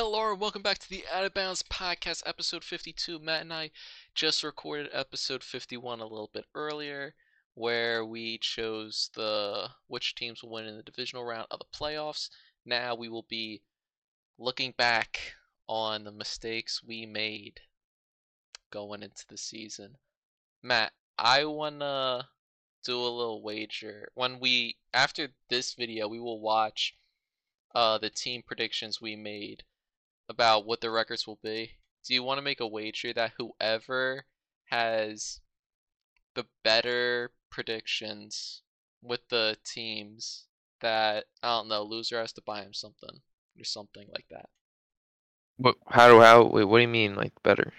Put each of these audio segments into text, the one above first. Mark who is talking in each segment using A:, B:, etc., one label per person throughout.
A: are. Welcome back to the Out of Bounds podcast, episode 52. Matt and I just recorded episode 51 a little bit earlier, where we chose the which teams will win in the divisional round of the playoffs. Now we will be looking back on the mistakes we made going into the season. Matt, I wanna do a little wager. When we after this video, we will watch uh, the team predictions we made about what the records will be. Do you want to make a wager that whoever has the better predictions with the teams that I don't know, loser has to buy him something or something like that?
B: What? How do how? Wait, what do you mean? Like better?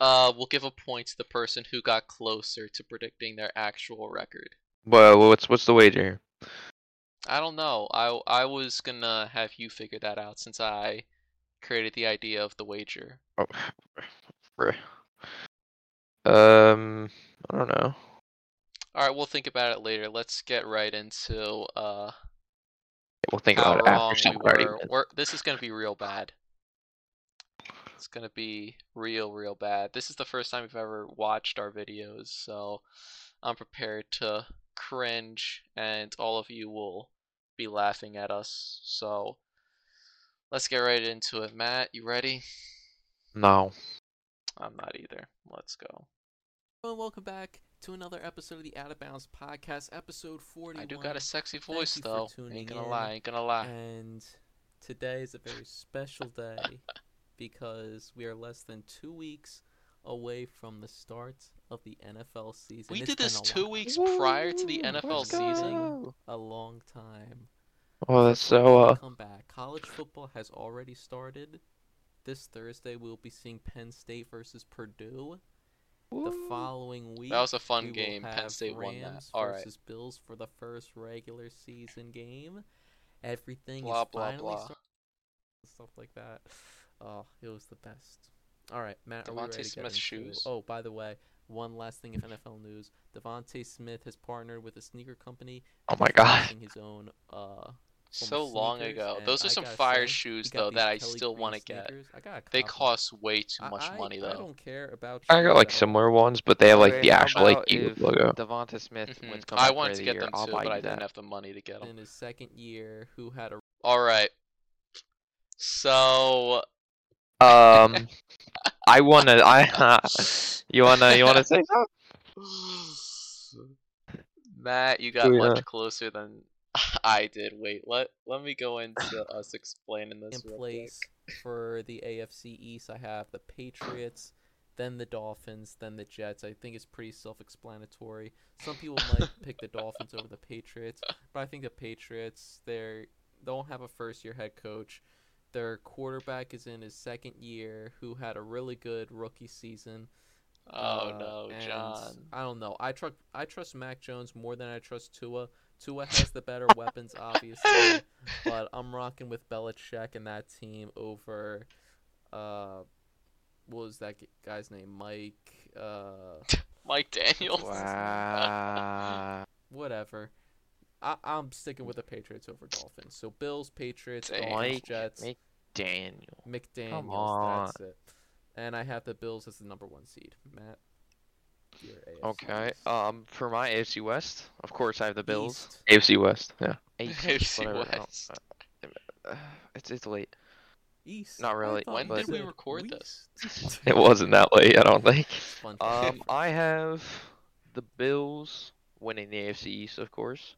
A: Uh, we'll give a point to the person who got closer to predicting their actual record.
B: Well, what's what's the wager?
A: I don't know. I I was gonna have you figure that out since I created the idea of the wager.
B: Oh, bruh. Oh, um, I don't know.
A: All right, we'll think about it later. Let's get right into uh
B: We'll think
A: how
B: about it
A: wrong
B: after
A: we
B: some party.
A: were. We're- This is gonna be real bad. It's gonna be real, real bad. This is the first time we've ever watched our videos, so I'm prepared to cringe, and all of you will be laughing at us. So let's get right into it. Matt, you ready?
B: No.
A: I'm not either. Let's go. Well, welcome back to another episode of the Out of Bounds podcast, episode 41.
C: I
A: I do got a sexy voice
C: you for
A: though.
C: tuning
A: Ain't gonna
C: in.
A: lie. Ain't gonna lie.
C: And today is a very special day because we are less than two weeks away from the start of the NFL season.
A: we
C: It's
A: did
C: been
A: this
C: a
A: two
C: lo-
A: weeks prior to the NFL season.
C: A long time.
B: Oh, that's so. Uh,
C: Come back. College football has already started. This Thursday, we'll be seeing Penn State versus Purdue. The following week,
A: That was a
C: we
A: fun
C: will
A: game. Penn
C: have
A: State won that.
C: Rams
A: All right.
C: versus Bills for the first regular season game. Everything
A: Blah
C: is
A: blah
C: finally
A: blah.
C: starting. Stuff like that. Oh, it was the best. All right, Matt. are we
A: Devontae
C: ready to get
A: Smith's
C: into-
A: shoes.
C: Oh, by the way, one last thing of NFL news: Devonte Smith has partnered with a sneaker company.
B: oh my
C: He's
B: god.
C: releasing His own. Uh,
A: So long
C: sneakers,
A: ago.
C: and
A: Those are
C: I
A: some
C: gotta
A: fire
C: say, he
A: shoes
C: got
A: though
C: these
A: that I
C: Kelly
A: still
C: Green
A: want to get.
C: sneakers. I got.
A: They cost way too much
C: I,
A: money
C: I
A: though.
C: don't care about.
B: I got
C: shoes
B: like
C: at all.
B: similar ones, but they have like
D: Wait,
B: the
D: how
B: actual like
D: about
B: Eagles
D: if
B: logo.
D: Devonta Smith
A: Mhm.
D: wins comeback
A: I
D: player
A: wanted
D: of
A: to
D: the
A: get
D: year,
A: them
D: I'll
A: too,
D: buy
A: but I
D: you
A: didn't
D: that.
A: have the money to get them.
C: in his second year who had a
A: All right. So
B: Um, I wanna.
C: Ah.
B: I. you wanna. You wanna say something?
A: Matt, you got
B: Yeah.
A: much closer than I did. Wait, let let me go into us explaining
C: in
A: this real quick.
C: place for the AFC East. I have the Patriots, then the Dolphins, then the Jets. I think it's pretty self-explanatory. Some people might pick the Dolphins over the Patriots, but I think the Patriots they're they don't have a first-year head coach. Their quarterback is in his second year, who had a really good rookie season.
A: Oh
C: Uh,
A: no,
C: and
A: John.
C: I don't know. I trust I trust Mac Jones more than I trust Tua. Tua has the better weapons, obviously, but I'm rocking with Belichick and that team over. Uh, what was that g- guy's name? Mike. Uh,
A: Mike Daniels.
D: Wow.
C: whatever. I, I'm sticking with the Patriots over Dolphins. So Bills, Patriots,
A: Dang.
C: Dolphins,
B: Mike
C: Jets,
D: Daniel.
C: McDaniel's.
B: on.
C: That's it. And I have the Bills as the number one seed. Matt. your AFC
B: uh,
D: Okay.
C: East.
D: Um, for my AFC West, of course I have the Bills.
C: East.
B: AFC West. Yeah.
A: AFC
D: whatever, I don't-
A: West.
D: uh, it's it's late.
C: East.
D: Not really,
C: I thought
D: When
C: you
D: did we
C: said
A: record this?
C: West.
B: It wasn't that late. I don't think.
C: Fun fact.
D: Um, I have the Bills winning the AFC East, of course.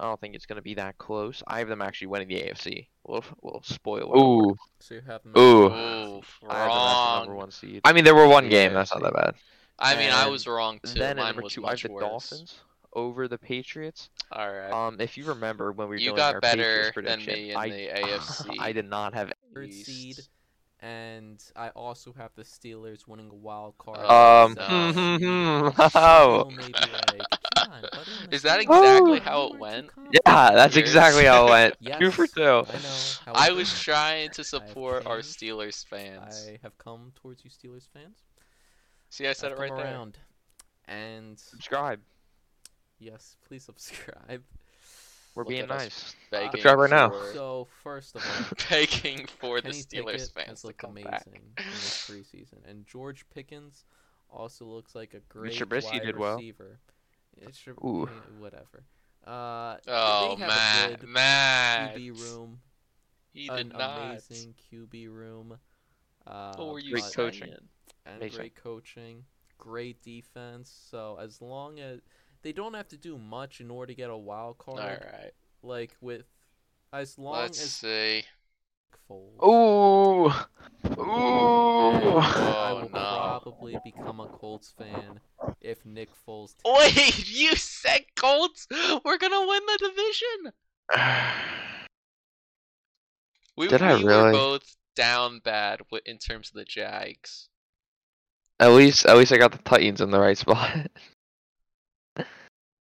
D: I don't think it's gonna be that close. I have them actually winning the AFC. Little little spoiler.
B: Ooh.
C: so you have them
B: Ooh.
A: Oh,
D: I have them as the number
A: wrong.
D: one seed.
B: I mean, there were one
D: Yeah,
B: game. That's not that bad.
A: I mean, I
D: And
A: was wrong too.
D: then at
A: Mine
D: number
A: was
D: two, I have
A: much
D: the
A: worse.
D: Dolphins over the Patriots.
A: All right.
C: Oh,
D: Um, if you remember when we were
A: you
D: doing
A: got
D: our
A: better
D: Patriots
A: than
D: prediction,
A: me in
D: I,
A: the AFC.
D: I did not have.
C: third
A: East.
C: seed, and I also have the Steelers winning a wild card.
A: Oh,
B: Um.
A: so-
C: themselves.
B: hmm, hmm,
C: Some
B: oh.
C: people may be like, "John, why do you wanna
A: Is that
C: say
A: exactly
C: that?
A: how it
C: You weren't too
A: went?
C: confident."
B: Yeah, that's
A: Weird.
B: exactly how it went. Two for
C: Yes.
B: two.
C: I know.
A: I
C: however,
A: was trying to
C: I've
A: support our
C: changed.
A: Steelers fans.
C: I have come towards you, Steelers fans.
A: See, I said
C: I've
A: it right
C: come
A: there.
C: around. And
D: Subscribe,
C: yes, please subscribe.
D: We're
A: Look
D: being
A: at us.
D: nice.
A: Begging
B: Let's try right now.
A: for-
C: So first of all,
A: begging for the
C: Kenny
A: Steelers
C: Pickett
A: fans
C: has
A: to
C: looked
A: come
C: amazing
A: back.
C: in this preseason, and George Pickens also looks like a great
D: Trubisky
C: wide
D: did well.
C: receiver. It's Trub-
D: Ooh.
C: eh, whatever. Uh, they
A: Oh
C: have a
A: man,
C: good
A: man,
C: QB room,
A: he
C: an
A: did not.
C: amazing QB room. Uh,
A: What were you
C: but-
D: Great
A: saying?
D: coaching.
C: and
D: Makes sense.
C: great coaching, great defense. So as long as they don't have to do much in order to get a wild
A: All
C: card,
A: right,
C: like with as long
A: let's
C: as
A: see.
C: Foles,
D: Ooh.
C: then
D: Ooh.
C: I
A: Oh, no.
C: will probably become a Colts fan if Nick Foles.
A: Wait, you said Colts? We're gonna win the division. We,
B: Did I
A: we were
B: really?
A: both down bad wi- in terms of the Jags.
B: At least, at least I got the Titans in the right spot.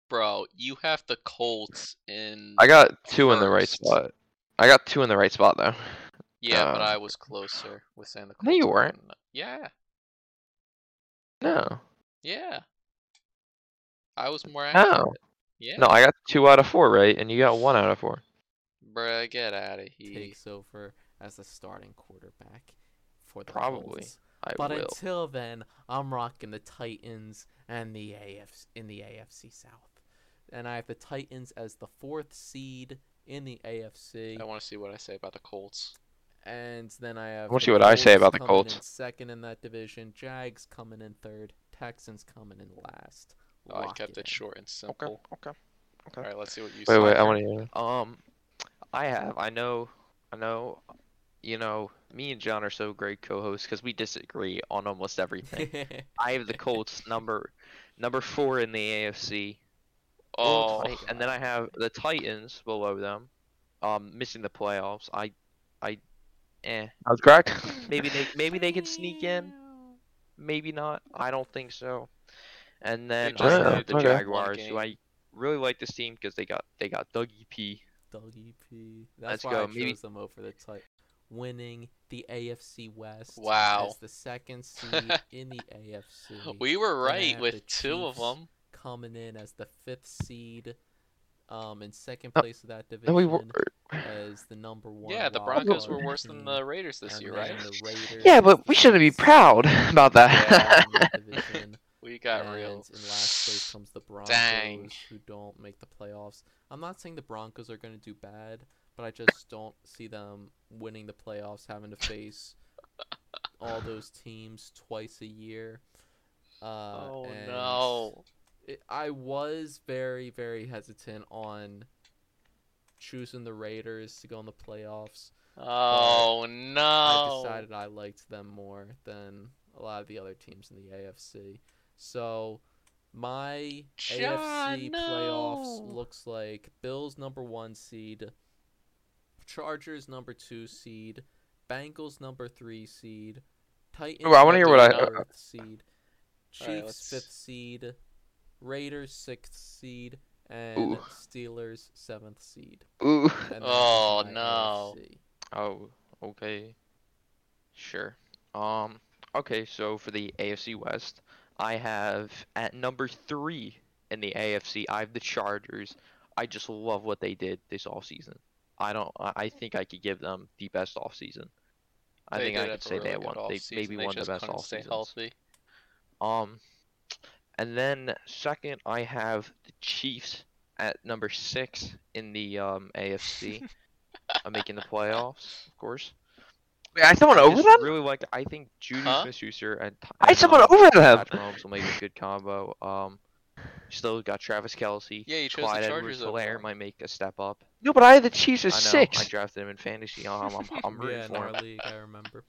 A: Bro, you have the Colts in.
B: I got two in the right
A: First.
B: spot. I got two in the right spot though.
A: yeah, but
B: uh,
A: I was closer with saying the Colts.
B: No, you
A: were
B: weren't.
A: gonna- Yeah,
B: No,
A: yeah. I was more accurate.
B: no,
A: Yeah.
B: no. I got two out of four right, and you got one out of four.
A: Bruh, get out of here.
C: takes over as the starting quarterback for the
B: Probably.
C: Colts.
B: I
C: But
B: will.
C: until then, I'm rocking the Titans and the AFC in the AFC South, and I have the Titans as the fourth seed in the AFC,
A: I want to see what I say about the Colts.
C: and then I have.
B: wanna
C: the
B: see what I say about the
C: coming in
B: Colts.
C: second in that division, Jags coming in third, Texans coming in last.
B: Oh,
A: I
C: Lock
A: kept
C: in.
A: it short and
D: Okay.
A: simple.
D: Okay.
A: All right, let's see what you
B: wait,
A: say.
B: wait. I want to hear.
D: Um, I have. I know. I know. You know, me and John are so great co-hosts because we disagree on almost everything. I have the Colts number number four in the AFC.
A: Oh,
D: Tight- and then I have the Titans below them, um, missing the playoffs. I, I, eh.
B: I was correct.
D: Maybe they maybe they can sneak in. Maybe not. I don't think so. And then I
B: just
D: have
B: need
D: the
B: to win one
D: Jaguars, who
A: game.
D: I really like this team because they got they got Dougie P.
C: Dougie E P. That's
D: Let's
C: why
D: go,
C: I chose
D: maybe-
C: them over the type. Winning the AFC West.
A: Wow.
C: As the second seed in the AFC.
A: we were
C: I
A: right
C: have
A: with
C: the
A: two of
C: Chiefs.
A: them.
C: Coming in as the fifth seed, um, in second place of that
B: No, Uh,
C: division.
B: we were.
C: As the number one.
A: Yeah, the
C: wild
A: Broncos were
C: card
A: worse than
D: Mm-hmm.
C: team,
A: the Raiders this
C: and
A: year,
C: then
A: right?
C: the Raiders
B: Yeah,
C: as
B: but
C: the
B: we shouldn't be
C: eighth
B: proud about
A: Yeah.
B: that.
C: seed in that division.
A: We got
C: and
A: real.
C: In last place comes the Broncos,
A: Dang.
C: who don't make the playoffs. I'm not saying the Broncos are going to do bad, but I just don't see them winning the playoffs, having to face all those teams twice a year. Uh,
A: oh
C: and
A: no.
C: it- I was very, very hesitant on choosing the Raiders to go in the playoffs.
A: Oh
C: I
A: no.
C: decided I liked them more than a lot of the other teams in the AFC. So my AFC
A: John, no.
C: playoffs looks like Bills number one seed, Chargers number two seed, Bengals number three seed, Titans
B: Ooh, I wanna hear
C: number
B: what I- uh,
C: fourth seed, Chiefs
A: let's-
C: fifth seed, Raiders sixth seed, and
B: Ooh.
C: Steelers seventh seed.
B: Ooh.
C: And that is
A: Oh,
C: my
A: no.
C: AFC.
D: Oh, okay. Sure. Um. Okay. So for the AFC West, I have at number three in the AFC. I have the Chargers. I just love what they did this offseason. I don't. I I think I could give them the best offseason. I
A: They
D: think
A: did
D: I
A: have
D: could
A: a
D: say they
A: really
D: had
A: good
D: one. They
A: offseason.
D: maybe one of
A: just
D: the best
A: couldn't
D: off
A: stay
D: seasons.
A: healthy.
D: Um, and then second, I have the Chiefs at number six in the um, AFC. I'm making the playoffs, of course.
B: Wait, I had someone
D: I
B: over
D: just
B: them.
D: Really like. I think Judy
A: Huh?
D: Smith-Schuster and Ty-
B: Oh, I had
D: and,
B: someone
D: um,
B: over them.
D: Patrick Mahomes will make a good combo. Um, still got Travis Kelsey.
A: Yeah, you chose
D: Clyde
A: the Chargers over
D: Edwards-Helaire
A: them.
D: might make a step up.
B: No, but I had the Chiefs as
D: I know. I
B: six.
D: drafted him in fantasy. Um, I'm, I'm rooting
C: yeah, in
D: for him.
C: our league, I remember.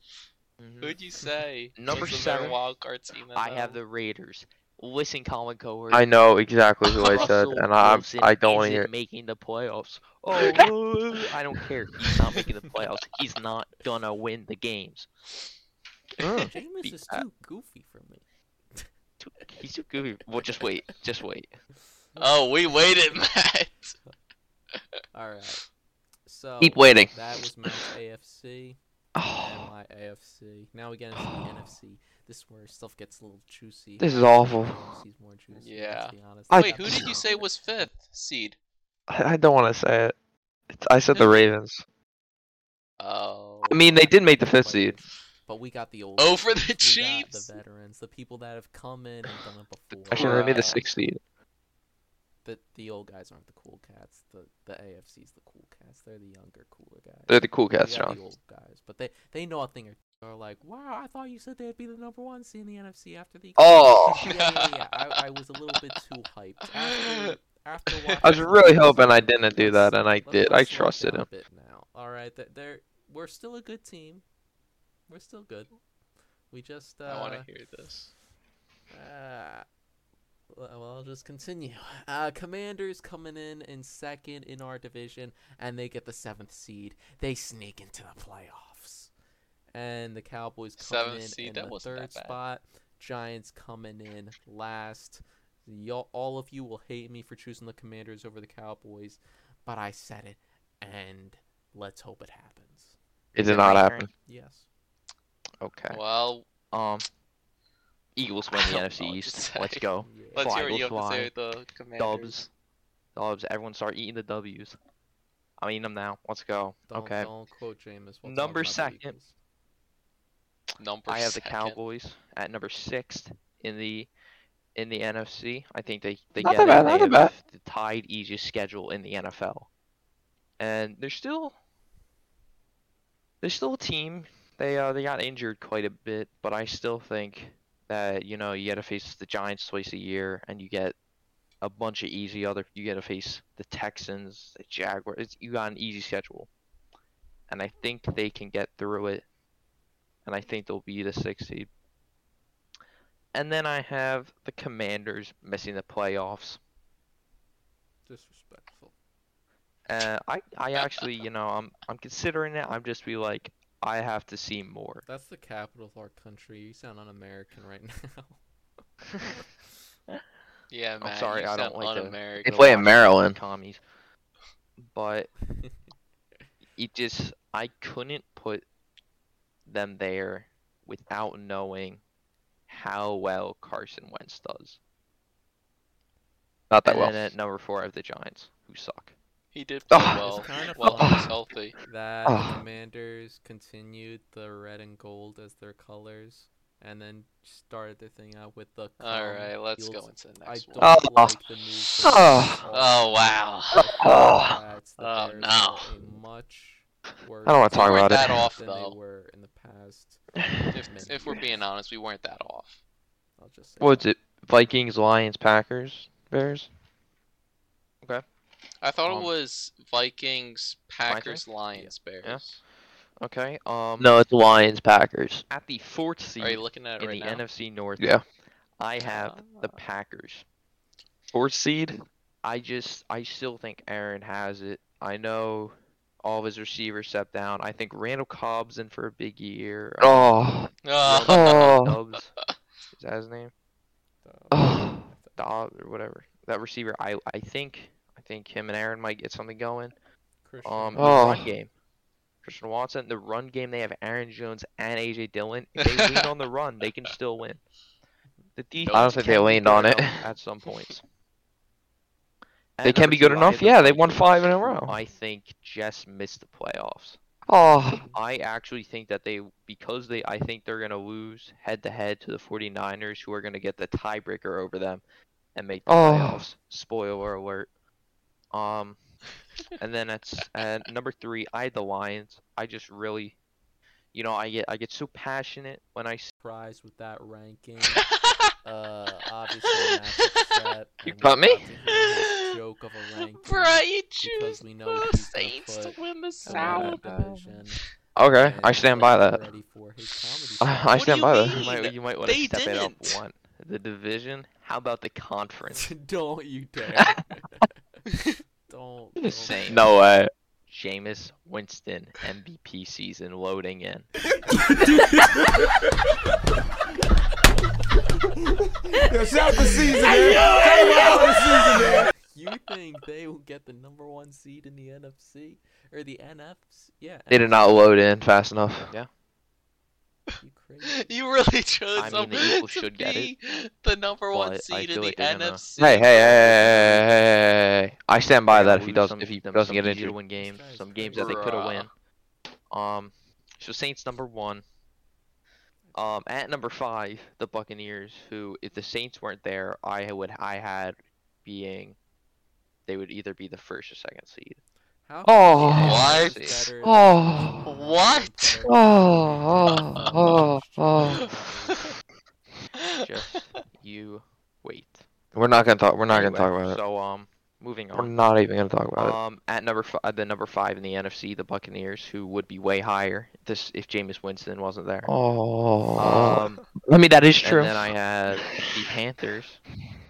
D: Mhm.
A: Who'd you say?
D: Number
A: was the better
D: seven,
A: wild card team. than
D: I have
A: them?
D: the Raiders. Listen, Colin Cowherd.
B: I know exactly who I said,
D: Russell
B: and I
D: Wilson
B: I don't want
D: isn't
B: to hear. it.
D: making the playoffs. Oh, uh, I don't care. He's not making the playoffs. He's not gonna win the games.
B: Oh.
C: Jameis
D: beat
C: is
D: that.
C: too goofy for me.
D: He's too goofy. Well, just wait. Just wait.
A: Oh, we waited, Matt.
C: All right. So
B: Keep waiting.
C: that was Matt's AFC and
B: Oh,
C: my AFC. Now we get into the NFC. This is where stuff gets a little juicy.
B: this is awful.
C: NFC's more juicy.
A: Yeah.
C: Let's be honest.
B: I-
A: Wait, who did you say was fifth seed?
B: I I don't want to say it. It's, I said the Ravens.
A: Oh.
B: I mean, they did make the fifth seed.
C: But we got the old.
A: Over the
C: we got
A: Chiefs?
C: the veterans, the people that have come in and done it before.
B: Actually, they made the
A: Bruh.
B: sixth seed.
C: But the old guys aren't the cool cats. The the AFC's the cool cats. They're the younger, cooler guys.
B: They're the cool
C: We
B: cats,
C: got
B: John.
C: The old guys, but they they know a thing or two. Are like, wow, I thought you said they'd be the number one seed in the NFC after the.
B: Oh.
C: yeah, yeah, yeah. I, I was a little bit too hyped. After, after watching
A: I
B: was really hoping I didn't do that, and I
C: Let's-
B: did. I
C: let's slow it
B: trusted
C: down a
B: him.
C: bit now, all right. They're, they're we're still a good team. We're still good. We just. Uh,
A: I want to hear this.
C: uh, well, well, I'll just continue. Uh, Commanders coming in in second in our division, and they get the seventh seed. They sneak into the playoffs, and the Cowboys coming
A: Seventh
C: in
A: seed,
C: in
A: that
C: the
A: wasn't that
C: third
A: bad.
C: spot. Giants coming in last. Y'all, all of you will hate me for choosing the Commanders over the Cowboys, but I said it, and let's hope it happens.
B: It
D: Is it
B: did not
D: my
B: happen.
C: Yes.
D: Okay.
A: Well,
D: Um, Eagles win the
A: I don't know
D: NFC
A: what to
D: East.
A: say.
D: Let's go.
C: Yeah.
A: let's
D: Fly,
A: hear what
D: go
A: you have to
D: fly.
A: say. with The commanders.
D: Dubs. Dubs. Everyone start eating the W's. I'm eating them now. Let's go.
C: Don't,
D: okay.
C: Don't quote Jameis. while talking
D: Number
C: about the
D: second.
C: Eagles.
A: Number
D: I have the
A: second.
D: Cowboys at number six in the in the NFC. I think they they
B: Not
D: get
B: that bad, not
D: it. They
B: that
D: have the tied easiest schedule in the NFL, and they're still they're still a team. They uh they got injured quite a bit, but I still think that you know you got to face the Giants twice a year, and you get a bunch of easy other. You got to face the Texans, the Jaguars. It's, you got an easy schedule, and I think they can get through it and I think they'll be the sixth seed. And then I have the Commanders missing the playoffs.
C: Disrespectful.
D: Uh, I I actually, you know, I'm I'm considering it. I'm just be like, I have to see more.
C: That's the capital of our country. You sound un-American right now.
A: Yeah, man.
D: sorry,
A: you
D: I don't
A: sound
D: like the-
A: un-American.
B: They play in Maryland.
D: Commies, but it just I couldn't put them there without knowing how well Carson Wentz does.
B: Not that
D: and
B: well.
D: then at number four, I have the Giants, who suck.
A: He did
B: Oh,
A: play
B: it's
A: well.
C: kinda
A: Well, he
C: fun.
A: was healthy.
C: that the
B: Ah.
C: commanders continued the red and gold as their colors, and then started their thing out with the.
A: All
D: Um,
C: calm.
A: right, let's go
C: You'll-
A: into the
C: I
A: next
C: don't
A: one.
B: Oh.
C: like the move. for
B: Oh.
C: Colts.
A: Oh, wow.
C: I think
B: Oh.
C: that's the
A: Oh,
C: Bears
A: no.
C: are a Much worse
B: I don't wanna talk
C: team
B: about
A: that
B: it.
A: off,
C: than
A: though.
C: they were in the past.
A: If, if we're being honest, we weren't that off.
C: I'll just say
B: What's
C: that.
B: it? Vikings, Lions, Packers, Bears.
A: I thought
D: Um,
A: it was Vikings, Packers, Lions,
D: Yeah.
A: Bears.
D: Okay. Um.
B: No, it's Lions, Packers.
D: At the fourth seed.
A: Are you looking at it
D: in
A: right
D: the
A: now?
D: NFC North.
B: Yeah.
D: I have the
C: Ah.
D: Packers.
B: Fourth seed.
D: I just I still think Aaron has it. I know all of his receivers stepped down. I think Randall Cobb's in for a big year. I
B: Oh,
A: Oh,
D: think
B: oh,
D: Dobbs is that his name?
B: oh.
D: Dobbs or whatever. That receiver I I think I think him and Aaron might get something going.
C: Christian
D: Um the
B: Oh.
D: run game. Christian Watson, the run game they have Aaron Jones and AJ Dillon. If they lean on the run, they can still win. The defense
B: I don't think
D: can
B: they
D: be
B: leaned
D: good
B: on it.
D: enough at some points.
B: They can be good enough. Yeah, they won five in a row.
D: I think just missed the playoffs.
B: Oh,
D: I actually think that they because they I think they're gonna lose head to head to the 49ers who are gonna get the tiebreaker over them and make the
B: Oh.
D: playoffs. Spoiler alert. Um and then it's and number three, I had the Lions. I just really you know, I get I get so passionate when I see
C: surprised with that ranking. uh, obviously, Matt's upset.
B: You
C: and
B: cut
C: we're
B: me?
C: about to hear his joke of a ranking.
A: Bruh, you choose
C: because we know
A: the
C: he's gonna
A: Saints to
C: put
A: win the
C: Come on,
A: South.
B: South.
C: division,
B: okay.
C: and
B: I stand
C: we're
B: by that.
C: ready for his comedy
B: I, I
A: What do you
B: stand by
D: you
B: that.
A: mean?
D: might, you might want to
A: they
D: step it up
A: didn't.
D: one. The division, how about the conference?
C: set. don't you dare. don't. don't
D: Saints.
B: No way.
D: Jameis Winston MVP season loading in.
E: shout the season, man. Shout the season, man.
C: You think they will get the number one seed in the NFC or the NFC? Yeah.
B: They did not load in fast enough.
C: You crazy.
A: You really chose
D: I
A: them
D: mean, the Eagles
A: to
D: should
A: be
D: get it,
A: the number one
D: but I
A: seed in
D: feel
A: the
D: like they're gonna-
A: NFC.
B: Hey, hey, hey, hey, hey, hey, hey. I stand by that
D: They're
B: if
D: gonna
B: he
D: lose
B: doesn't
D: some-
B: if he
D: them-
B: doesn't
D: some
B: get
D: easy to
B: injured.
D: win games,
C: Guys,
D: some games that they could have won. Um, so Saints number one. Um, at number five, the Buccaneers. Who, if the Saints weren't there, I would I had being, they would either be the first or second seed.
C: How
B: Oh.
C: can they be
D: What?
C: better than
B: Oh.
C: Cleveland?
A: What?
B: Oh, oh, oh, oh.
D: Just you wait.
B: We're not gonna talk. We're not gonna
D: Anyway,
B: talk about it.
D: So um, moving
B: We're
D: on.
B: not even gonna talk about it.
D: Um, at number five, the number five in the NFC, the Buccaneers, who would be way higher this if Jameis Winston wasn't there.
B: Oh,
D: Um,
B: I mean that is true.
D: And then I had the Panthers.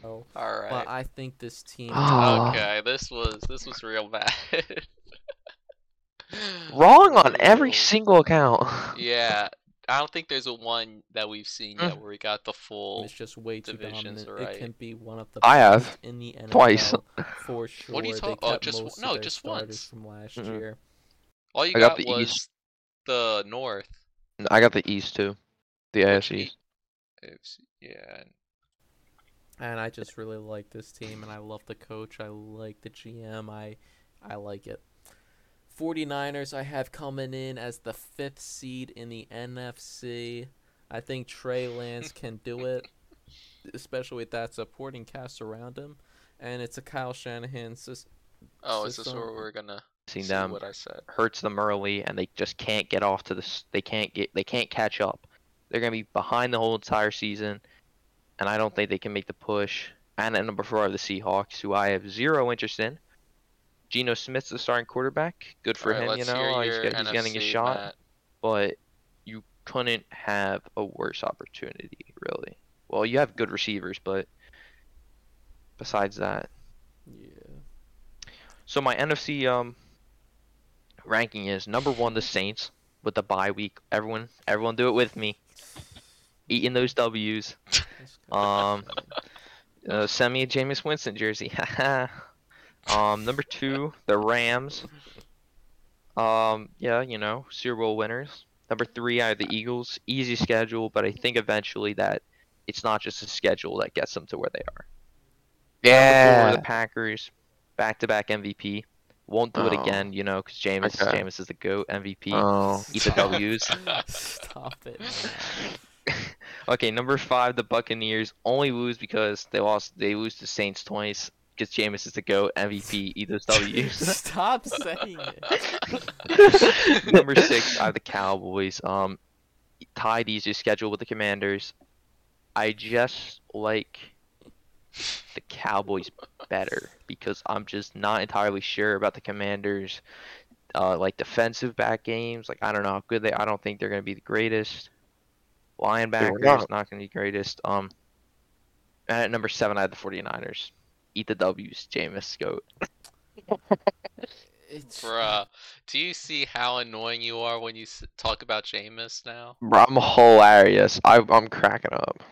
C: Oh.
A: All
C: But
A: right.
C: I think this team.
B: Ah.
A: Okay, this was this was real bad.
B: Wrong on every
A: Ooh.
B: single account.
A: Yeah, I don't think there's a one that we've seen
B: Mm.
A: yet where we got the full.
C: It's just way too
A: Divisions
C: dominant.
A: are
C: It
A: right.
C: can be one of the
B: I have.
C: best in the NFL
B: Twice.
C: for sure.
A: What are you
C: They
A: talk- oh,
C: kept
A: just w-
C: most of
A: no,
C: their
A: just
C: starters
A: once.
C: from last
B: Mm-mm.
C: year.
A: All you
B: I got
A: got,
B: the
A: was
B: East.
A: the North.
B: I got the East too, the AFC.
A: E-
B: East.
A: It's- Yeah.
C: And I just really like this team, and I love the coach. I like the GM. I, I like it. 49ers, I have coming in as the fifth seed in the NFC. I think Trey Lance can do it, especially with that supporting cast around him. And it's a Kyle Shanahan sys-
A: Oh, is
C: So
A: this where
C: some-
A: we're gonna
D: Seen
A: see
D: them
A: what I said?
D: hurts them early, and they just can't get off to this. They can't get. They can't catch up. They're gonna be behind the whole entire season, and I don't think they can make the push. And at number four are the Seahawks, who I have zero interest in. Geno Smith's the starting quarterback. Good for
A: All right,
D: him, you
A: let's hear
D: know. He's,
A: your
D: get- he's getting a
A: NFC,
D: shot,
A: Matt.
D: but you couldn't have a worse opportunity, really. Well, you have good receivers, but besides that,
C: Yeah.
D: So my NFC um ranking is number one the Saints with the bye week. Everyone, everyone, do it with me. Eating those W's.
C: That's good.
D: Um, uh, send me a Jameis Winston jersey. Haha. um, number two the Rams. Um, yeah, you know Super Bowl winners. Number three I have the Eagles. Easy schedule, but I think eventually that it's not just the schedule that gets them to where they are. Number four,
B: Yeah.
D: the Packers, back-to-back MVP. Won't do it
B: Oh.
D: again, you know, because Jameis,
B: Okay.
D: Jameis is the goat MVP.
B: Oh.
D: Eat the W's.
C: Stop it.
D: Okay, number five, the Buccaneers only lose because they lost. They lose to Saints twice because Jameis is the goat MVP. Eat those W's.
C: Stop saying it.
B: Oh.
D: number six, I have the Cowboys. Um, tied easy schedule with the Commanders. I just like the Cowboys better because I'm just not entirely sure about the Commanders. Uh, like defensive back games, like I don't know how good they. I don't think they're gonna be the greatest. Linebackers
B: not.
D: not. gonna be greatest. Um, and at number seven, I had the 49ers. Eat the W's, Jameis Goat.
C: It's
A: Bruh, do you see how annoying you are when you s- talk about Jameis now?
B: Bro, I'm hilarious. I, I'm cracking up.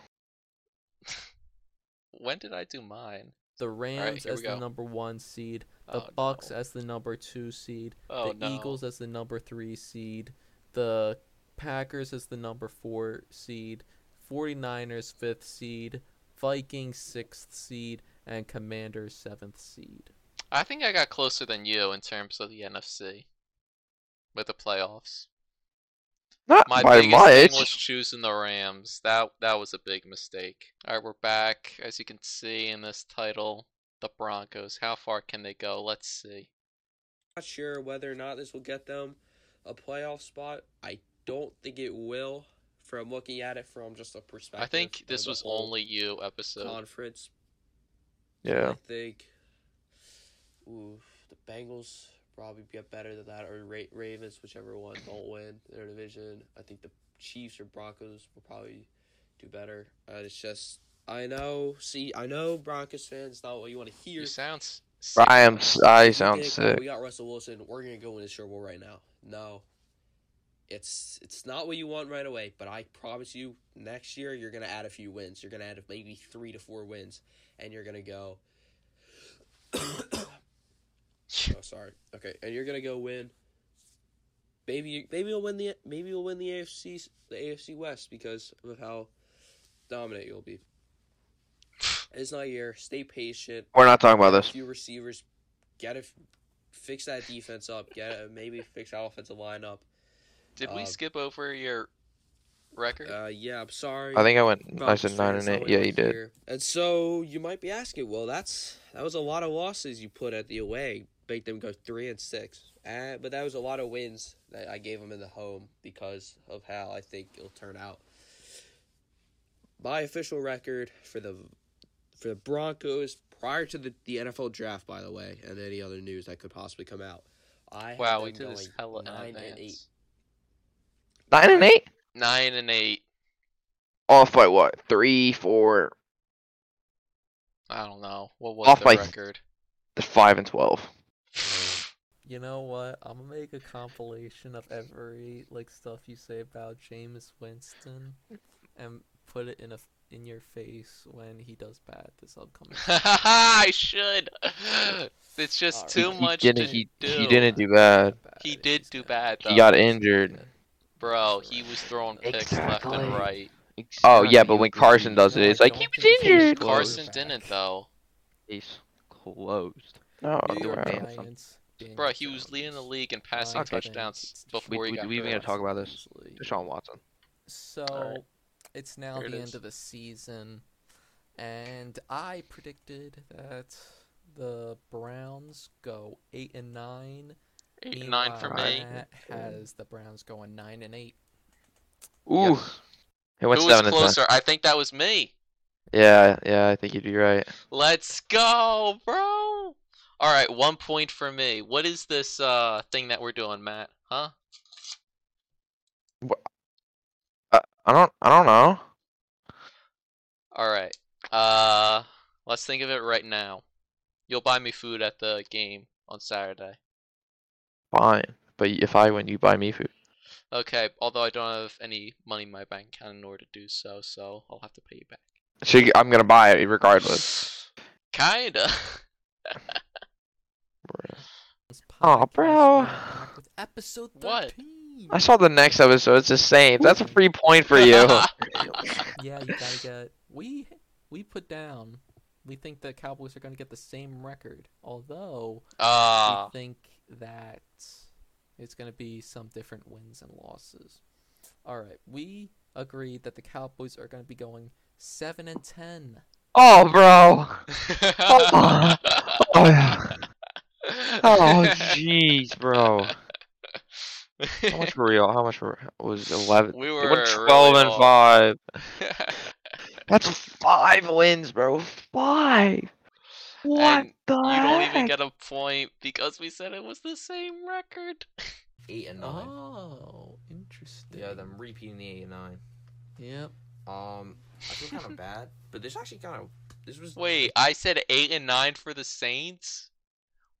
A: When did I do mine?
C: the Rams
A: here we
C: as the
A: go.
C: number one seed, the
A: Oh,
C: Bucks
A: no.
C: as the number two seed,
A: Oh
C: the
A: no.
C: Eagles as the number three seed, the Packers as the number four seed, 49ers fifth seed, Vikings sixth seed, and Commanders seventh seed.
A: I think I got closer than you in terms of the NFC with the playoffs.
B: Not
A: My
B: by
A: biggest
B: much.
A: thing was choosing the Rams. That that was a big mistake. All right, we're back. As you can see in this title, the Broncos. How far can they go? Let's see.
F: not sure whether or not this will get them a playoff spot. I don't think it will from looking at it from just a perspective.
A: I think
F: of uh,
A: this
F: the
A: was
F: whole
A: only you episode.
F: conference.
B: yeah.
F: I think ooh, the Bengals probably get better than that, or Ra- Ravens, whichever one don't win their division. I think the Chiefs or Broncos will probably do better. Uh, it's just I know, see, I know Broncos fans not what you want to hear.
A: You sound. s-
B: Bro,
A: sick.
B: I am. s- I
F: You
B: sound
F: think, oh,
B: sick.
F: we got Russell Wilson. We're gonna go in the Super Bowl right now. No, it's it's not what you want right away. But I promise you, next year you're gonna add a few wins. You're gonna add maybe three to four wins, and you're gonna go. oh, sorry. Okay, and you're gonna go win maybe maybe you'll win the maybe you'll win the AFC the AFC West because of how dominant you'll be. It's not your. Stay patient.
B: We're not talking about this.
F: Few receivers. Get it. Fix that defense up. Get it, maybe fix that offensive line up.
A: Did we
F: Uh,
A: skip over your record?
F: Uh, yeah, I'm sorry.
B: I think I went. I
F: Falcons
B: said nine
F: fans
B: and
F: all
B: eight.
F: the
B: Yeah,
F: way
B: you
F: down
B: did.
F: here. And so you might be asking, well, that's that was a lot of losses you put at the away, make them go three and six. Uh, but that was a lot of wins that I gave them in the home because of how I think it'll turn out. My official record for the for the Broncos prior to the, the NFL draft, by the way, and any other news that could possibly come out. I had
A: wow, we
F: them
A: did this
F: going
A: hella in
F: nine and
A: advance.
F: eight.
B: Nine and eight.
A: Nine and eight.
B: Off by what? Three, four,
A: I don't know. What was
B: Off
A: the
B: by th-
A: record?
B: five, and twelve.
C: You know what? I'm gonna make a compilation of every like stuff you say about Jameis Winston, and put it in a in your face when he does bad this upcoming. season.
A: I should. It's just
C: Alright.
A: too
B: he
A: much
B: didn't-
A: to
B: he-
A: do.
B: he didn't do bad.
A: He
C: if
A: did
C: he's
A: do
C: bad.
A: bad,
B: He got
A: though.
B: injured.
A: Bro, he was throwing picks left and
D: Exactly.
A: right.
B: Oh yeah,
D: Exactly,
B: but when
D: you
B: Carson
D: agree.
B: does it,
C: No,
B: it's
C: I
B: like he
C: don't
B: was
C: think he was
B: injured.
C: close.
A: Carson
C: Quarterback.
A: didn't though.
D: Case closed.
B: No,
C: New York
B: well.
D: Wow.
C: Giants, Daniel
A: Bro, he was
C: Jones.
A: leading the league in passing
C: Okay.
A: touchdowns
C: We-
A: before he
D: we-
A: got
D: we even
A: hurt.
D: gotta talk about this.
C: Honestly.
D: Deshaun Watson.
C: So
A: Alright.
C: it's now
A: There it
C: the
A: is.
C: end of the season, and I predicted that the Browns go eight and nine.
A: Eight and nine for
C: Meanwhile,
A: me.
B: Alright.
C: Matt has the Browns going nine and eight.
B: Ooh, it went
A: Who was
B: seven and ten.
A: closer? I think that was me.
B: Yeah, yeah, I think you'd be right.
A: Let's go, bro. All right, one point for me. What is this uh thing that we're doing, Matt? Huh?
B: I don't. I don't know.
A: All right. Uh, let's think of it right now. You'll buy me food at the game on Saturday.
B: Fine, but if I win, you buy me food.
A: Okay, although I don't have any money in my bank account in order to do so, so I'll have to pay you back.
B: So you- I'm gonna buy it regardless.
A: Kinda.
C: This
B: Aw,
C: podcast
B: bro.
C: we're back with Episode
A: What?
C: thirteen.
B: I saw the next episode. It's the same. That's a free point for you.
C: yeah, you gotta get. We we put down. We think the Cowboys are gonna get the same record, although
A: Ah,
B: Uh,
C: we think that it's gonna be some different wins and losses. All right, we agreed that the Cowboys are gonna be going seven and ten.
B: oh, bro. Oh, oh, yeah. Oh, jeez, bro. How much were we? all- How much were was eleven?
A: we
B: We
A: were
B: went
A: really
B: twelve and
A: off.
B: five. That's five wins, bro. Five. What
A: And
B: the
A: you don't even
B: heck?
A: get a point because we said it was the same record.
E: Eight and nine.
C: Oh, interesting.
E: Yeah, them repeating the eight and nine.
C: Yep.
E: Um, I feel kind of bad, but this actually kind of this was
A: Wait, I said eight and nine for the Saints.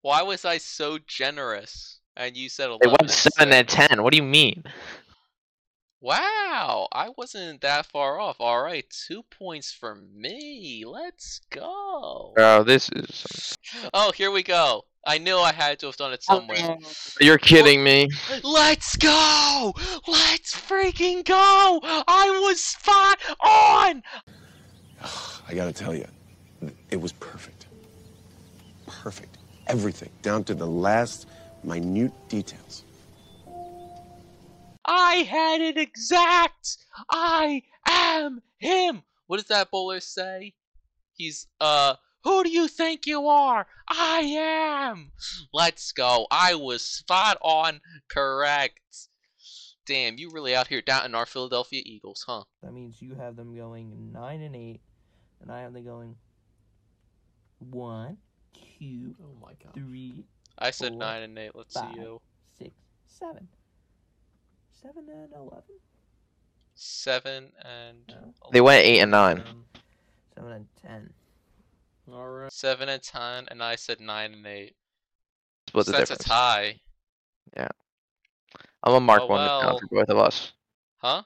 A: Why was I so generous? And you said
B: They
A: eleven.
B: went
A: and six.
B: seven and ten. What do you mean?
A: Wow, I wasn't that far off. All right, two points for me. Let's go.
B: Bro, this is.
A: Oh, here we go. I knew I had to have done
B: Oh,
A: it somewhere.
B: You're kidding me.
A: Let's go! Let's freaking go! I was spot on.
G: I gotta tell you, it was perfect. Perfect. Everything, down to the last minute details.
A: I had it exact. I am him. What does that bowler say? He's uh, who do you think you are? I am. Let's go. I was spot on correct. Damn, you really out here doubting our Philadelphia Eagles, huh?
H: That means you have them going nine and eight, and I have them going one, two,
C: Oh my god.
H: three,
A: I said
H: Four,
A: nine and eight. Let's
H: five.
A: see you.
H: six, seven. Seven and eleven.
A: Seven and
H: No.
B: They went eight and nine.
H: Um, seven and ten.
C: All right.
A: seven and ten, and I said nine and eight.
B: Split
A: so
B: the
A: that's
B: difference.
A: a tie,
B: I'm gonna mark
A: Oh,
B: one down
A: well.
B: for both of us.
A: huh?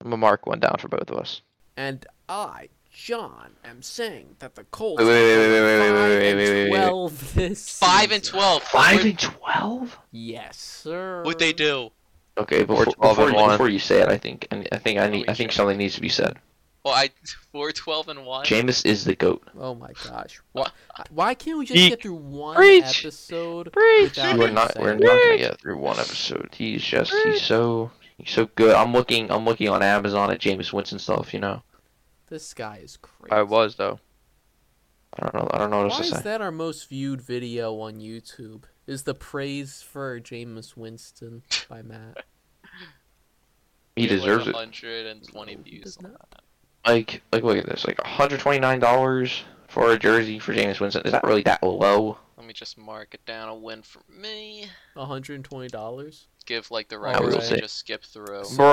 B: I'm gonna mark one down for both of us.
C: And I John am saying that the Colts
D: Wait, wait, wait, wait, wait, wait,
C: are
D: wait, wait,
C: five
D: wait, wait,
C: and
D: wait, wait.
C: twelve this
A: Five and
C: season.
A: twelve.
D: Five
A: What
D: and twelve.
C: Yes, sir.
A: would they do?
D: Okay, before,
B: twelve
D: before,
B: and
D: you-
B: one.
D: before you say it, I think and I think I
A: Let me
D: need I think
A: check.
D: something needs to be said.
A: Well, I four twelve and one.
D: Jameis is the goat.
C: Oh my gosh! Why, why can't we just
B: Eek.
C: get through one
B: Preach.
C: episode
B: Preach.
C: without
D: We're
C: him
D: not we're
C: saying
D: not gonna get through one episode. He's just he's so he's so good. I'm looking I'm looking on Amazon at Jameis Winston stuff. You know.
C: This guy is crazy.
D: I was though. I don't know. I don't know what
C: Why
D: else to
C: is
D: say.
C: that our most viewed video on YouTube? Is the praise for Jameis Winston by Matt?
D: He deserves it.
A: Hundred and twenty views.
C: Does not.
D: Like like look at this. Like 129 dollars for a jersey for Jameis Winston. Is that really that low?
A: Let me just mark it down. A win for me.
C: One hundred and twenty dollars.
A: Give like the
C: I
A: right
C: will
A: words
D: say-
A: and just skip through.
D: Bro,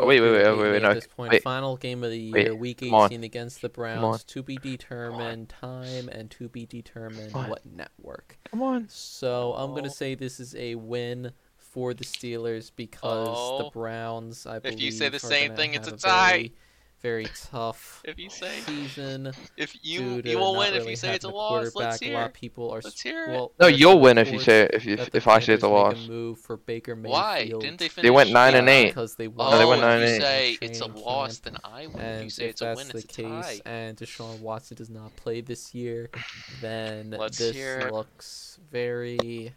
D: Uh, wait wait wait wait wait
C: At
D: no.
C: this point,
D: wait.
C: final game of the year,
D: Wait,
C: week
D: come on.
C: eighteen against the
D: on.
C: Browns, to be determined time and to be determined
D: Come on.
C: what network.
D: Come on.
C: So I'm
A: Oh.
C: gonna say this is a win for the Steelers because the
A: Oh.
C: Browns. I believe
A: If you say the
C: are
A: same
C: gonna
A: thing, it's
C: have
A: a tie.
C: Very, very tough
A: If you say,
C: season.
A: if you
C: due to
A: you will
C: not
A: win if
C: really
A: you say it's a
C: having
A: loss.
C: quarterback.
A: Let's
C: A lot
A: hear.
C: of
A: it.
C: people are.
A: Let's
C: sp-
A: hear it.
C: well,
D: No,
C: there's
D: you'll
C: some
D: win if you
C: reports
D: say it, if you,
C: that the
D: if I say it's a
C: Panthers
D: loss.
C: make a move for Baker Mayfield.
A: Why didn't they finish?
D: They went nine and
A: eight.
D: eight.
C: Because they won.
A: Oh,
D: No, they went
A: if
D: nine
A: you
D: and eight.
A: say it's a
C: Training
A: loss,
C: camp.
A: then I win.
C: And
A: if you say
C: if
A: it's a
C: that's
A: win,
C: the
A: it's a tie.
C: case, and Deshaun Watson does not play this year, then
A: Let's
C: this
A: hear it.
C: looks very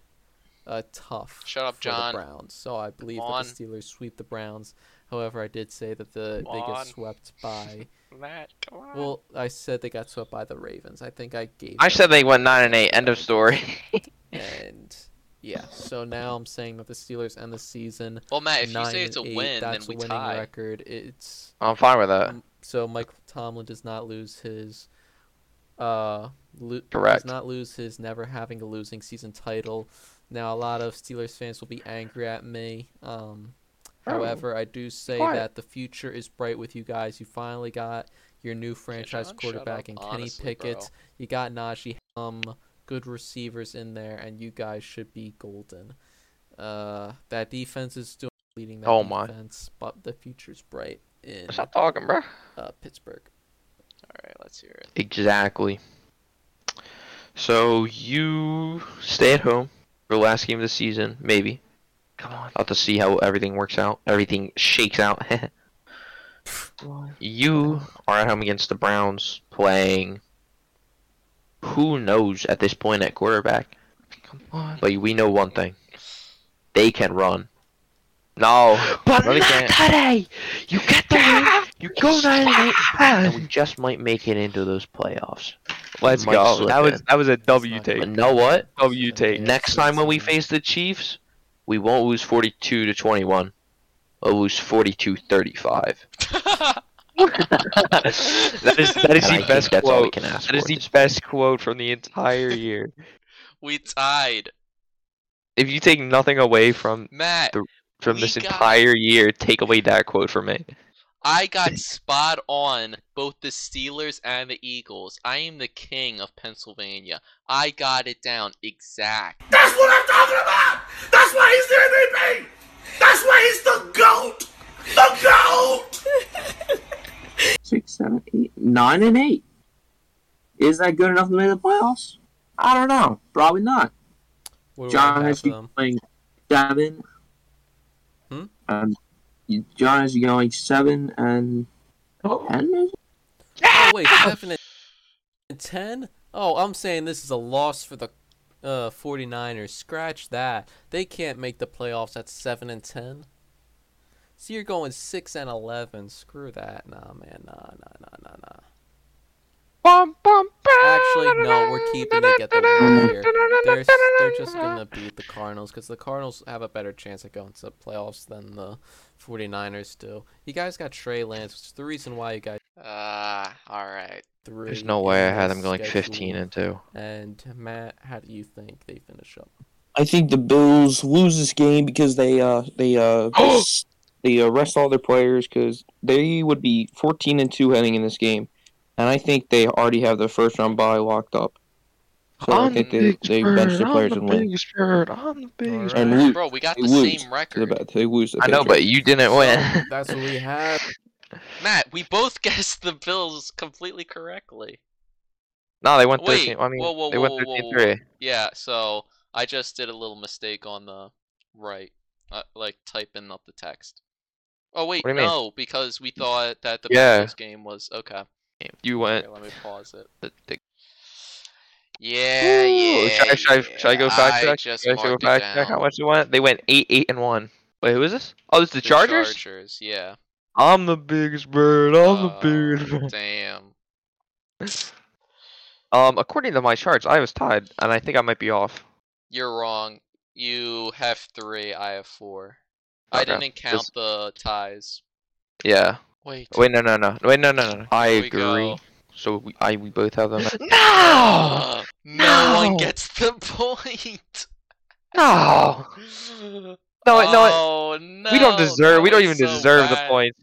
C: uh, tough.
A: Shut up,
C: for
A: John.
C: The Browns. So I believe
A: Come on.
C: that the Steelers sweep the Browns. However, I did say that the
A: Come
C: they
A: on.
C: get swept by.
A: Matt, come on.
C: Well, I said they got swept by the Ravens. I think I gave.
D: I
C: them
D: said they went nine and eight. End of story.
C: And yeah, so now I'm saying that the Steelers end the season.
A: Well, Matt, if you
C: nine
A: say it's a
C: and eight,
A: win, then
C: that's
A: we
C: a winning
A: tie.
C: record. It's
D: I'm fine with that.
C: Um, so Mike Tomlin does not lose his uh lo-
D: Correct.
C: does not lose his never having a losing season title. Now a lot of Steelers fans will be angry at me. Um
D: Oh,
C: however, I do say
D: quiet.
C: that the future is bright with you guys. You finally got your new franchise
A: John, shut
C: quarterback
A: up,
C: and Kenny
A: honestly,
C: Pickett.
A: bro.
C: You got Najee um good receivers in there and you guys should be golden. Uh that defense is doing leading that
D: Oh my.
C: defense, but the future's bright in
D: Stop talking, bro.
C: uh, Pittsburgh.
A: All right, let's hear it.
D: Exactly. So you stay at home for the last game of the season, maybe. Come on. I'll have to see how everything works out. Everything shakes out. you are at home against the Browns playing who knows at this point at quarterback. Come on. But we know one thing. They can run. No. But not today. You get there. You go nine and eight, and we just might make it into those playoffs.
B: Let's
D: Might
B: go.
D: slip
B: That was
D: in.
B: that was a W
C: not
D: But
B: take.
D: know what?
B: W take.
D: Next time when we face the Chiefs, we won't lose 42 to 21. We'll lose 42 35.
B: That is that is
D: And I
B: the
D: think
B: best
D: that's all we
B: quote.
D: can ask
B: That is
D: for
B: the
D: at this
B: best quote from the entire year.
A: we tied,
B: If you take nothing away from
A: Matt.
B: The- from
A: We
B: this
A: got-
B: entire year, take away that quote from me.
A: I got spot on both the Steelers and the Eagles. I am the king of Pennsylvania. I got it down exact.
E: That's what I'm talking about. That's why he's the MVP. That's why he's the goat. The goat.
I: six, seven, eight, nine, and eight. Is that good enough to make the playoffs? I don't know. Probably not.
C: What do
I: John
C: I have
I: has you
C: them?
I: going seven.
C: Hmm?
I: Um, you- John has you going seven and ten. maybe?
C: Oh wait, seven and ten? Oh, I'm saying this is a loss for the uh 49ers. Scratch that. They can't make the playoffs at seven and ten. So you're going six and eleven. Screw that. Nah, man. Nah, nah, nah, nah, nah.
D: Bum, bum, bum,
C: Actually, no, we're keeping it at the win here. They're, s- they're just going to beat the Cardinals because the Cardinals have a better chance at going to the playoffs than the 49ers do. You guys got Trey Lance, which is the reason why you guys
A: Ah, all right.
C: three.
D: There's no way I
C: in
D: had
C: the
D: them going 15
C: schedule.
D: and 2.
C: And Matt, how do you think they finish up?
I: I think the Bills lose this game because they uh they uh they arrest all their players because they would be fourteen and two heading in this game, and I think they already have their first round bye locked up. So I
D: I'm
I: think
D: the
I: they,
D: big
I: they
D: bird,
I: bench their
D: I'm
I: players
D: the
I: and win.
D: biggest bird, I'm the biggest
C: Alright.
D: bird.
I: And lose
A: Bro, we got
I: They
A: the
I: lose
A: same
I: to the
A: record.
I: bad. They lose. to The
D: I know, but
I: Patriots.
D: you didn't
C: So,
D: win.
C: That's what we have.
A: Matt, we both guessed the Bills completely correctly.
B: No, they went
A: Wait,
B: 13. I mean,
A: whoa, whoa,
B: they
A: whoa,
B: went
A: whoa, whoa,
B: 13
A: whoa.
B: 3.
A: Yeah, so I just did a little mistake on the right, uh, like typing up the text. Oh wait,
B: What do you mean?
A: no, because we thought that the
B: Yeah.
A: Bengals game was okay.
B: You went.
A: okay. Let me pause it.
B: The, the,
A: Yeah,
B: Ooh,
A: yeah.
B: should, I, should, I, should I go
A: yeah,
B: fact
A: I
B: check?
A: just
B: should I go
A: marked it
B: fact check how
A: down.
B: much they went? They went 8 8 and 1. Wait, who is this? Oh, this is the, Chargers? Oh,
A: Chargers, yeah.
B: I'm the biggest bird. I'm
A: Uh,
B: the biggest bird.
A: Damn.
B: Um, according to my charts, I was tied, and I think I might be off.
A: You're wrong. You have three. I have four. I
B: Okay,
A: didn't count
B: just-
A: the ties.
B: Yeah.
A: Wait.
B: Wait, no, no, no. Wait, no, no, no, no. I
A: Here we
B: agree.
A: go.
B: So we, I, we both have them. no!
A: Ugh, Uh, no one
B: No!
A: gets the point.
B: No! No, no.
A: oh, no.
B: we don't deserve. We
A: that
B: don't
A: was
B: even
A: so
B: deserve the
A: bad.
B: points.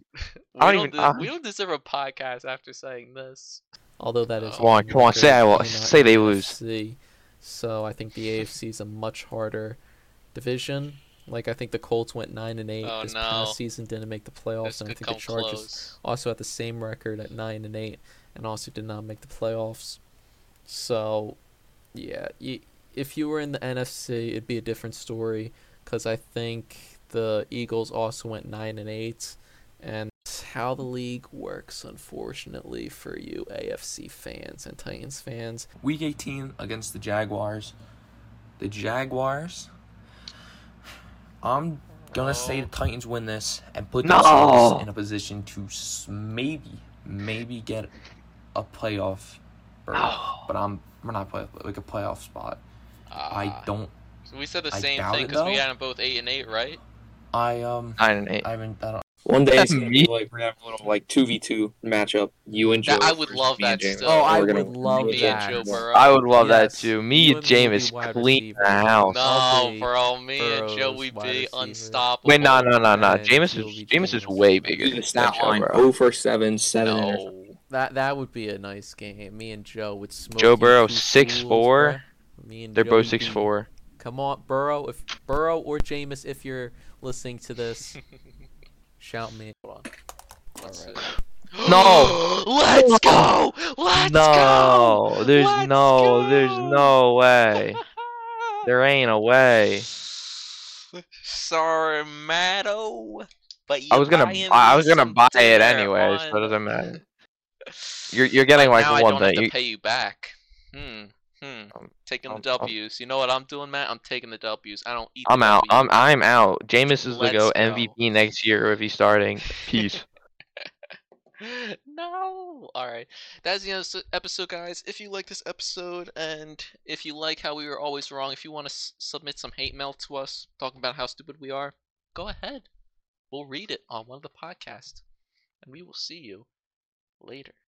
A: We
B: I
A: don't,
B: don't even-
A: de-
B: I-
A: we don't deserve a podcast after saying this.
C: Although that is
A: Come
B: on,
C: on
B: come on,
C: record,
B: say I wa-
C: and not
B: say they lose.
C: AFC. So I think the AFC is a much harder division. Like I think the Colts went nine and eight
A: Oh,
C: this
A: no.
C: past season, didn't make the playoffs,
A: This
C: and I
A: could
C: think the
A: come
C: Chargers
A: close.
C: also had the same record at nine and eight, and also did not make the playoffs. So, yeah, y if you were in the NFC, it'd be a different story because I think the Eagles also went nine and eight, and that's how the league works, unfortunately, for you AFC fans and Titans fans.
D: Week 18 against the Jaguars. The Jaguars. I'm gonna say the Titans win this and put themselves in a position to s- maybe, maybe get a playoff. berth. But I'm we're not play, like a playoff spot. I
A: Ah.
D: don't.
A: So we said the
D: I
A: same
D: doubt
A: thing
D: it,
A: because we
D: though.
A: had them both eight and eight, right?
D: I um.
B: Nine and eight.
D: I haven't. I don't.
I: One day it's gonna
B: Me?
I: be like we're gonna have a little like two v two matchup. You and Joe.
A: That- I would
I: versus
A: love
I: me and
A: that
I: James,
A: still. Oh,
I: and
C: I
I: we're gonna
C: would
I: win
C: love
I: the
A: Me and
C: that.
A: Joe uh,
I: game.
A: Burrow.
B: I would love
C: Yes,
B: that too. Me and
C: you and me will be
B: James
C: wide
B: clean the
C: receivers.
B: house.
A: no,
C: be
A: bro. Me and Joe,
C: Burrow's
A: we'd
C: wide
A: be
C: receiver.
A: unstoppable.
B: Wait, no, no, no, no.
C: And
B: James
C: you'll
B: is
C: be
B: James is
C: James.
B: way
I: Do
B: bigger
I: the
B: than
I: stat
B: Joe,
I: line
B: bro.
I: zero for seven, seven interceptions.
A: No.
C: That that would be a nice game. Me and Joe would smoke.
B: Joe
C: you
B: Burrow,
C: two
B: six
C: fools,
B: four.
C: bruh. Me and
B: They're
C: Joe
B: both
C: would be-
B: six four.
C: Come on, Burrow. If Burrow or Jameis, if you're listening to this, shout me. Hold on.
A: Let's
C: Alright.
A: see.
B: No.
A: Let's go. Let's go.
B: no, there's
A: Let's
B: no, there's
A: go!
B: no way. there ain't a way.
A: Sorry, Matto. But
B: I was gonna,
A: you buying
B: I, I
A: me
B: was gonna
A: some
B: buy it
A: dinner
B: anyway, so it
A: on-
B: doesn't matter. You're you're getting
A: But
B: like
A: now I
B: one
A: don't have
B: thing.
A: to
B: You-
A: pay you back. Hmm. Hmm.
B: Um,
A: Taking
B: um,
A: the
B: um.
A: W's. You know what I'm doing, Matt? I'm taking the W's. I don't eat.
B: I'm
A: the
B: out. I'm
A: W's.
B: I'm out. Jameis is the
A: Let's
B: go
A: go.
B: MVP next year if he's starting. Peace.
A: no. All right. That's the end of the episode, guys. If you like this episode and if you like how we were always wrong, if you want to s- submit some hate mail to us talking about how stupid we are, go ahead. We'll read it on one of the podcasts. And we will see you later.